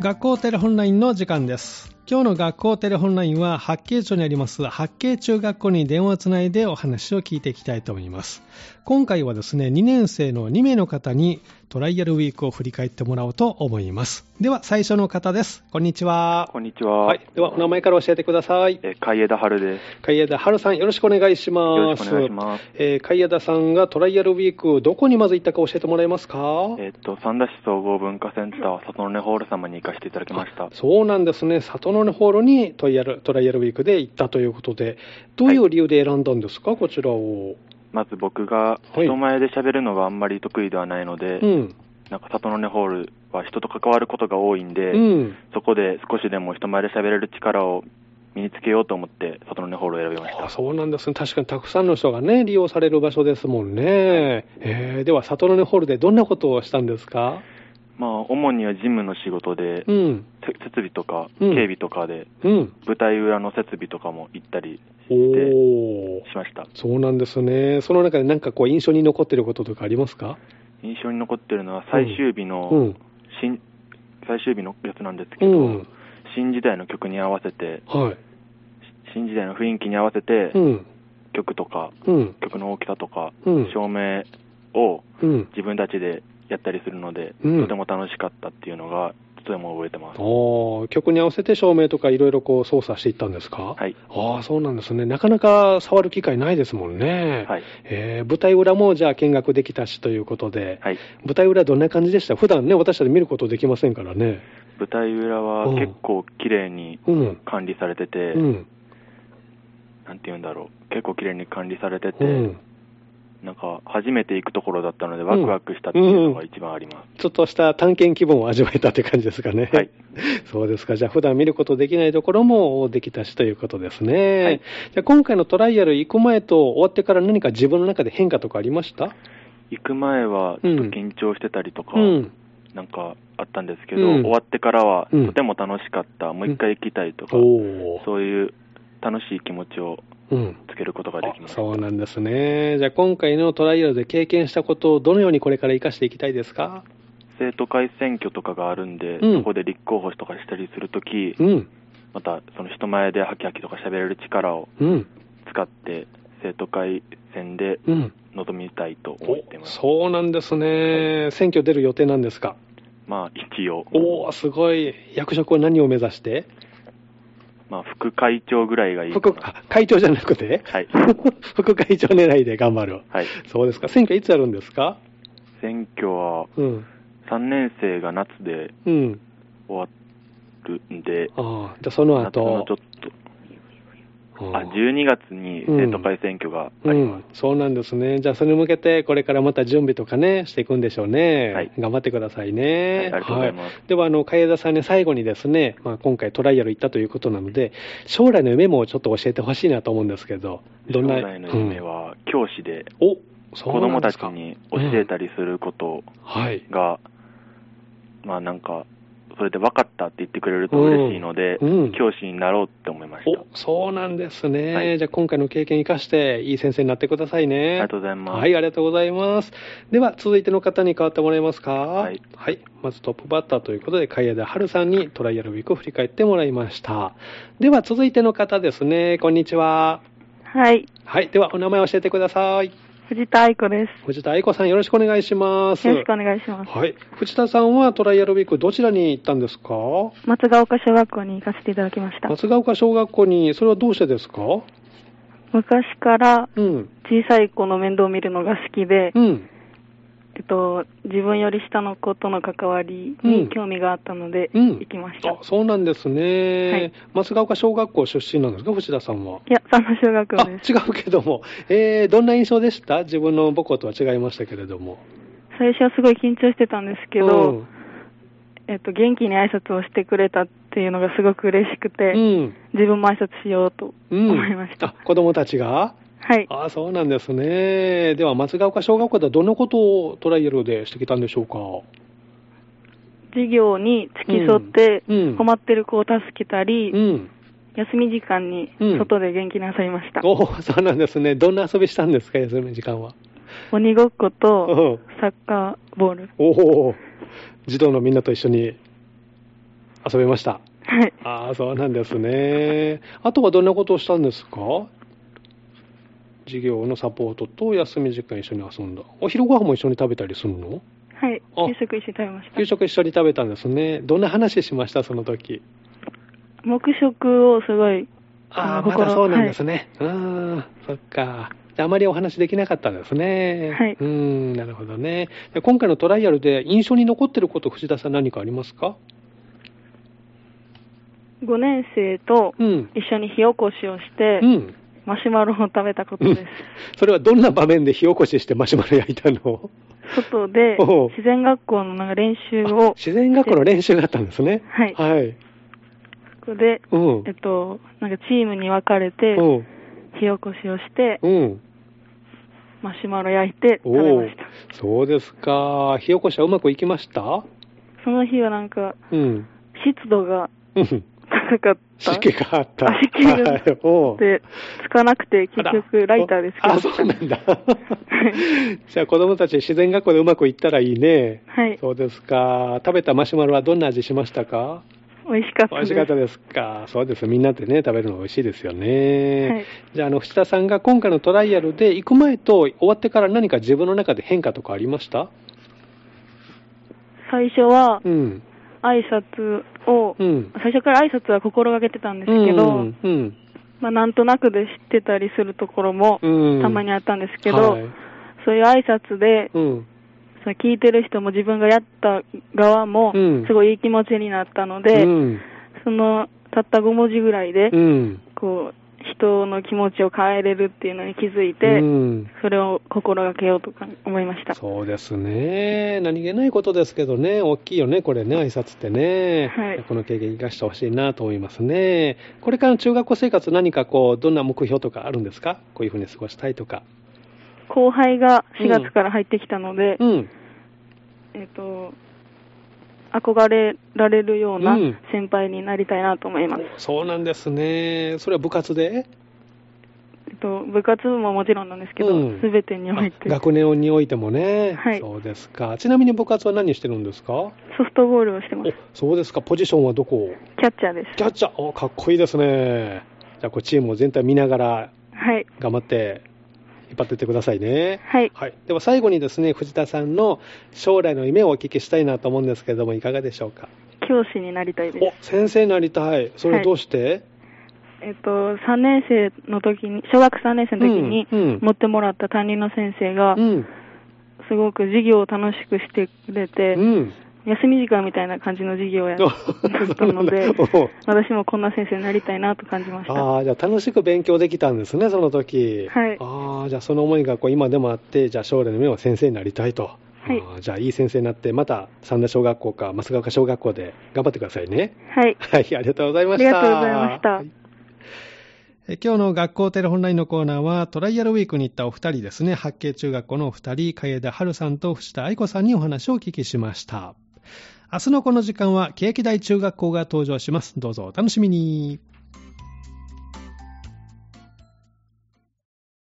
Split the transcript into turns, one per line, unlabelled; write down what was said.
学校テレホンラインの時間です。今日の学校テレホンラインは八景町にあります八景中学校に電話をつないでお話を聞いていきたいと思います。今回はですね、2年生の2名の方にトライアルウィークを振り返ってもらおうと思います。では最初の方です。こんにちは。
こんにちは。
はい。ではお名前から教えてください。
えー、海江田春です。
海江田春さん、よろしくお願いします。
よろしくお願いします。
えー海江田さんがトライアルウィーク、どこにまず行ったか教えてもらえますか
えーっと、三田市総合文化センター、里の根ホール様に行かせていただきました。
そうなんですね、里のホールにトライアルトライアルウィークで行ったということで、どういう理由で選んだんですか、こちらを。
まず僕が
はい
人前で喋るのがあんまり得意ではないので、
うん。
なんか里の根ホールは人と関わることが多いんで、
うん。
そこで少しでも人前で喋れる力を身につけようと思って、里の根ホールを選びまし
あ
た。
そうなんですね。確かにたくさんの人がね、利用される場所ですもんね。えーでは、里の根ホールでどんなことをしたんですか
まあ、主には事務の仕事で、
うん。
せ設備とか、
うん
警備とかで、
うん。
舞台裏の設備とかも行ったり
おー。
しました。
そうなんですね。その中でなんかこう印象に残ってることとかありますか
印象に残ってるのは最終日の、
うん。
新最終日のやつなんですけ
う
ど、
ん。
新時代の曲に合わせて
はい。
新時代の雰囲気に合わせて、
うん。
曲とか
うん。
曲の大きさとか、
うん。
照明を
うん。
自分たちでやったりするので、
うん
とても楽しかったっていうのがとても覚えてます、
ああ、曲に合わせて照明とかいろいろこう操作していったんですか
はい
ああ、そうなんですね。なかなか触る機会ないですもんね。
はい
えー舞台裏もじゃあ見学できたしということで、
はい、
舞台裏どんな感じでした普段ね、私たち見ることできませんからね。
舞台裏は
うん
結構綺麗に
うん。
管理されてて、
うん。
なんて言うんだろう結構綺麗に管理されてて、
うん。
なんか初めて行くところだったのでワクワクしたっていうのが一番あります、
ちょっとした探検気分を味わえたって感じですかね。
はい。
そうですか。じゃあ普段見ることできないところもできたしということですね。
はい
じゃあ今回のトライアル行く前と終わってから何か自分の中で変化とかありました
行く前はちょっと緊張してたりとか、
うん。
なんかあったんですけど、
うん
終わってからは
うん
とても楽しかった、もう一回行きたいとか、
おー
そういう楽しい気持ちを
うん。
つけることができま
あ
す。
そうなんですね。じゃあ今回のトライアルで経験したことをどのようにこれから活かしていきたいですか
生徒会選挙とかがあるんで、
うん
そこで立候補とかしたりするとき、
うん。
またその人前でハキハキとか喋れる力を
うん。
使って、生徒会選で
うん。
臨みたいと思っています。
そうなんですね。選挙出る予定なんですか
まあ一応、
おおすごい。役職は何を目指して
まあ副会長ぐらいがいいか
副
な。
あ会長じゃなくて、
はい
副会長狙いで頑張る。
はい。
そうですか。選挙いつやるんですか
選挙は
うん。
3年生が夏で
うん。
終わるんで、
ああ、じゃあその
夏の
後
ちょ。っと
うん
あ12月に生徒会選挙があ
う
ります、
ん、そうなんですね。じゃあ、それに向けて、これからまた準備とかね、していくんでしょうね。
はい
頑張ってくださいね。
はいありがとうございます
では、あの、海江田さんに最後にですね、まあ、今回トライアル行ったということなので、将来の夢もちょっと教えてほしいなと思うんですけど、どんな。
将来の夢は教師で
うん、おそ
子
うなん
供
で
た
す
ち
か
に教えたりすること
はい。
が、まあなんかそれで分かったって言ってくれると嬉しいので、
うんうん
教師になろうって思いました
おそうなんですね。
はい
じゃあ、今回の経験生かして、いい先生になってください
あり
ね
が。とうございます、。
はい、ありがとうございます。では、続いての方に代わってもらえますか。はいまずトップバッターということで、海江田春さんにトライアルウィークを振り返ってもらいました。では、続いての方ですね。こんにちは。
はい、
はい。では、お名前教えてください。
藤田愛子です。
藤田愛子さん、よろしくお願いします。
よろしくお願いします。
はい。藤田さんはトライアルウィーク、どちらに行ったんですか
松ヶ丘小学校に行かせていただきました。
松ヶ丘小学校に、それはどうしてですか
昔から
うん。
小さい子の面倒を見るのが好きで、
うん。
えっと、自分より下の子との関わり
うん
に興味があったので、
うん
行きました。
あ、そうなんですね。
はい
松ヶ丘小学校出身なんですか藤田さんは。
いや、三野小学校
あ
です。
違うけども、えーどんな印象でした自分の母校とは違いましたけれども。
最初はすごい緊張してたんですけど、
うん
えっと、元気に挨拶をしてくれたっていうのがすごく嬉しくて、
うん
自分も挨拶しようと
うん、
思いました。
あ子供たちが
はい。
あそうなんですね。では、松ヶ丘小学校ではどんなことをトライアルでしてきたんでしょうか。
授業に付き添って
うんうん、
困ってる子を助けたり、
うん。
休み時間に
うん
外で元気に遊びました、
おーそうなんですね。どんな遊びしたんですか、休み時間は。
鬼ごっこ
う
と
ん
サッカーボール
おお、児童のみんなと一緒に。遊べました。
はい。
ああ、そうなんですね。あとはどんなことをしたんですか授業のサポートと休み時間一緒に遊んだ。お昼ご飯も一緒に食べたりするの
はい。
あ
給食一緒に食べました
給。食一緒に食べたんですね。どんな話しました、その時。
黙食をすごい、
ああ、
あ
ま
心
だそうなんですね。うーん、そっか。あまりお話できなかったんですね。
はいう
ーん、なるほどね。で今回のトライアルで印象に残ってること、藤田さん何かありますか
5年生と
うん。
一緒に火起こしをして
う、ん。
マシュマロを食べたこと
う
で
ん
す。
それはどんな場面で火起こししてマシュマロ焼いたの
外で
おう
自然学校のなんか練習
あ
を、
自然学校の練習があったんですね。
はい
はい。
ここで、
うん
えっ。と、なんかチームに分かれて、
うん。
火起こしをして、
うん。
マシュマロ焼いて食べ
お
ま
お
した。。
そうですか。火起こしはうまくいきました
その日はなんか、
うん。
湿度が
うん。
高かった。
湿気があった。
あ湿気が
はいおう
で、つかなくて、
あ
結
ら
局ライターですけど。
あ、そうなんだ。じゃあ子供たち自然学校でうまくいったらいいね。
はい。
そうですか。食べたマシュマロはどんな味しましたか
美味しかった
美
で
味
す。
しかったですか。そうです。みんなでね、食べるの美味しいですよね。
はい
じゃあ、あの、藤田さんが今回のトライアルで行く前と終わってから何か自分の中で変化とかありました
最初は
う、ん。
挨拶を、
うん。
最初から挨拶は心がけてたんですけど、
うん。うん。
まあ、なんとなくで知ってたりするところも、
うん
たまにあったんですけど、
はい
そういう挨拶で、
うん。
その聞いてる人も自分がやった側も
うん、
すごいいい気持ちになったので、
うん。
その、たった5文字ぐらいで、
うん。
こう、人の気持ちを変えれるっていうのに気づいて、
うん
それを心がけようとか思いました。
そうですね。何気ないことですけどね、大きいよね、これね、挨拶ってね。
はい
この経験生かしてほしいなと思いますね。これからの中学校生活、何かこう、どんな目標とかあるんですかこういうふうに過ごしたいとか。
後輩が4
うん
月から入ってきたので、
うん。
えっ、と、憧れられるよう
う
なん先輩になりたいなと思います。
そうなんですね。それは部活で
えっと、部活部ももちろんなんですけ
う
ど
ん、
すべ、てにおい
あ
て
学年においてもね。
はい
そうですか。ちなみに部活は何してるんですかお
ソフトボールをしてます。
そうですか。ポジションはどこ
キャッチャーです。
キャッチャーおかっこいいですね。じゃあ、こうチームを全体見ながら
はい。
頑張って引っ張ってってくださいね。
はい。
はい、では最後にですね藤田さんの将来の夢をお聞きしたいなと思うんですけれどもいかがでしょうか
教師になりたいです。
お先生になりたいそれどうして、
えっと、3年生の時に、小学3年生の時に
うんうん
持ってもらった担任の先生が
う、ん
すごく授業を楽しくしてくれて、
うん
休み時間みたいな感じの授業をやっ
お
たの で
おう、
私もこんな先生になりたいなと感じました。は
ああじゃあ楽しく勉強できたんですねその時
はい
ああじゃあその思いがこう今でもあってじゃあ将来の夢は先生になりたいと、
はい
あーじゃあいい先生になってまた三田小学校か増ヶ丘小学校で頑張ってくださいね
い。
はいありがとうござい
あ
まし
り
た
がとうございました。
えー今日の学校テレホンラインのコーナーは、トライアルウィークに行ったお二人ですね、八景中学校のお二人、海江田春さんと藤田愛子さんにお話をお聞きしました。明日のこの時間は、欅台中学校が登場します。どうぞお楽しみに。